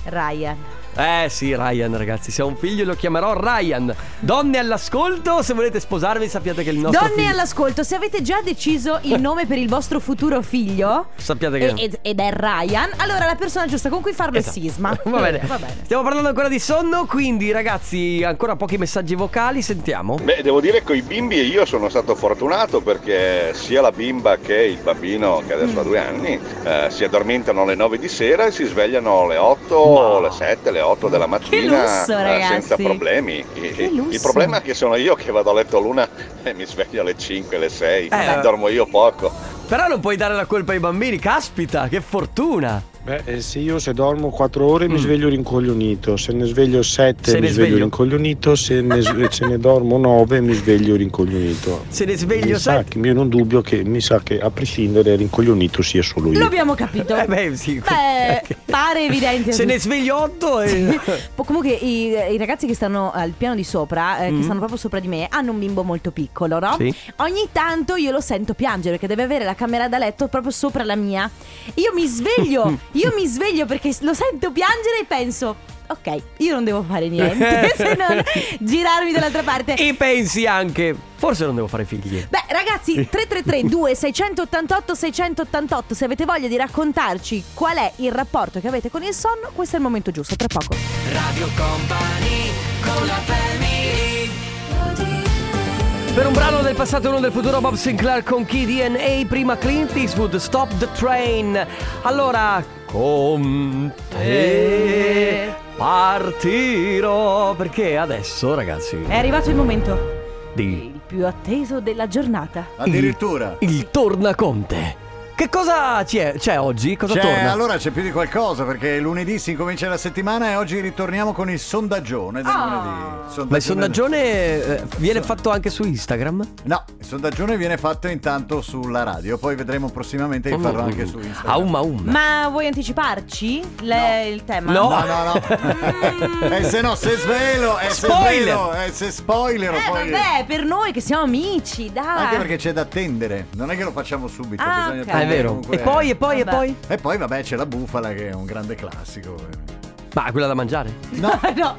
Speaker 1: Ryan
Speaker 2: Eh sì Ryan ragazzi se ho un figlio lo chiamerò Ryan Donne all'ascolto se volete sposarvi sappiate che il nostro
Speaker 1: Donne
Speaker 2: figlio
Speaker 1: all'ascolto, se avete già deciso
Speaker 2: <laughs>
Speaker 1: il nome per il vostro futuro figlio
Speaker 2: Sappiate che
Speaker 1: e- ed, ed è Ryan, allora la persona giusta con cui farlo è Sisma.
Speaker 2: Esatto. <laughs>
Speaker 1: Eh,
Speaker 2: Va bene.
Speaker 1: Va bene.
Speaker 2: Stiamo parlando ancora di sonno, quindi ragazzi, ancora pochi messaggi vocali, sentiamo.
Speaker 14: Beh, devo dire che con i bimbi io sono stato fortunato perché sia la bimba che il bambino, che adesso ha due anni, eh, si addormentano alle 9 di sera e si svegliano alle 8, alle 7, alle 8 della mattina
Speaker 15: lusso,
Speaker 14: eh,
Speaker 15: ragazzi.
Speaker 14: senza problemi. I- i-
Speaker 15: lusso.
Speaker 14: Il problema è che sono io che vado a letto all'una e mi sveglio alle 5, alle 6,
Speaker 2: Eh.
Speaker 14: dormo io poco.
Speaker 2: Però non puoi dare la colpa ai bambini, caspita, che fortuna.
Speaker 16: Beh, eh, se io se dormo 4 ore mi sveglio rincoglionito, se ne sveglio 7
Speaker 2: Mm. Se
Speaker 16: mi
Speaker 2: ne
Speaker 16: sveglio
Speaker 2: sveglio.
Speaker 16: rincoglionito, se ne, sve- se ne dormo 9 mi sveglio rincoglionito.
Speaker 2: Se ne sveglio
Speaker 16: mi sa
Speaker 2: sette-
Speaker 16: che, Io non dubbio che mi sa che a prescindere rincoglionito sia solo
Speaker 1: Lo
Speaker 16: io.
Speaker 1: abbiamo capito.
Speaker 2: <laughs> Eh beh, sì.
Speaker 1: Beh,
Speaker 2: <laughs>
Speaker 1: pare evidente.
Speaker 2: Se ne sveglio 8 e...
Speaker 1: Po- Comunque i, i ragazzi che stanno al piano di sopra, eh,
Speaker 2: Mm.
Speaker 1: che stanno proprio sopra di me, hanno un bimbo molto piccolo, no?
Speaker 2: Sì.
Speaker 1: Ogni tanto io lo sento piangere, che deve avere la camera da letto proprio sopra la mia. Io mi
Speaker 17: <laughs>
Speaker 1: sveglio, io mi sveglio perché lo sento piangere e penso... Ok, io non devo fare niente <laughs> se non girarmi dall'altra parte.
Speaker 2: E pensi anche, forse non devo fare figli.
Speaker 1: Beh, ragazzi,
Speaker 17: <laughs>
Speaker 1: 333 2688 688 se avete voglia di raccontarci qual è il rapporto che avete con il sonno, questo è il momento giusto, tra poco.
Speaker 3: Radio Company con la family.
Speaker 2: Per un brano del passato e uno del futuro Bob Sinclair con Key DNA, prima Clint Eastwood, Stop the Train. Allora, con te partirò. Perché adesso, ragazzi,
Speaker 1: È arrivato il momento
Speaker 2: di
Speaker 1: più atteso della giornata.
Speaker 2: addirittura il, il tornaconte. Che cosa c'è, c'è oggi? Cosa
Speaker 17: C'è-
Speaker 2: torna?
Speaker 17: Cioè, Allora c'è più di qualcosa perché lunedì si incomincia la settimana e oggi ritorniamo con il sondaggione del lunedì.
Speaker 2: Ma il sondaggione eh, viene fatto anche su Instagram?
Speaker 17: No, il sondaggione viene fatto intanto sulla radio, poi vedremo prossimamente di farlo
Speaker 2: Mm.
Speaker 17: anche su Instagram.
Speaker 2: Aum aum.
Speaker 1: Ma vuoi anticiparci le- il tema?
Speaker 17: No, no,
Speaker 2: <laughs>
Speaker 17: no. e se no, se svelo, e se
Speaker 1: Spoiler!
Speaker 17: svelo, e se spoilero
Speaker 1: Eh
Speaker 17: poi.
Speaker 1: vabbè, per noi che siamo amici, dai.
Speaker 17: Anche perché c'è da attendere, non è che lo facciamo subito,
Speaker 1: Ah,
Speaker 17: bisogna
Speaker 1: ok.
Speaker 17: attendere
Speaker 2: Ah, è vero.
Speaker 17: comunque.
Speaker 2: E poi, e poi, e Vabbè. poi?
Speaker 17: E poi vabbè c'è la bufala che è un grande classico.
Speaker 2: Ma quella da mangiare? Ah,
Speaker 17: No,
Speaker 1: <laughs> no.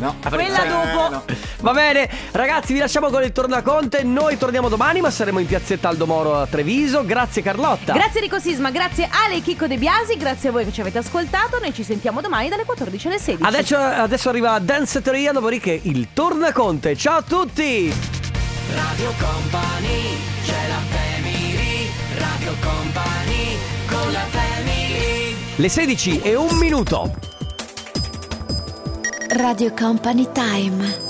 Speaker 17: no.
Speaker 1: Quella
Speaker 2: Eh,
Speaker 1: dopo.
Speaker 2: Va bene, ragazzi, vi lasciamo con il tornaconte. Noi torniamo domani, ma saremo in piazzetta Aldo Moro a Treviso. Grazie Carlotta.
Speaker 1: Grazie Rico Sisma, grazie Ale e Chicco De Biasi, grazie a voi che ci avete ascoltato. Noi ci sentiamo domani dalle 14 alle 16.
Speaker 2: Adesso, adesso arriva Dance Teoria, dopodiché il tornaconte. Ciao a tutti!
Speaker 3: Radio Company, c'è la family. Radio Company con la family.
Speaker 2: Le 16 e un minuto.
Speaker 9: Radio Company Time.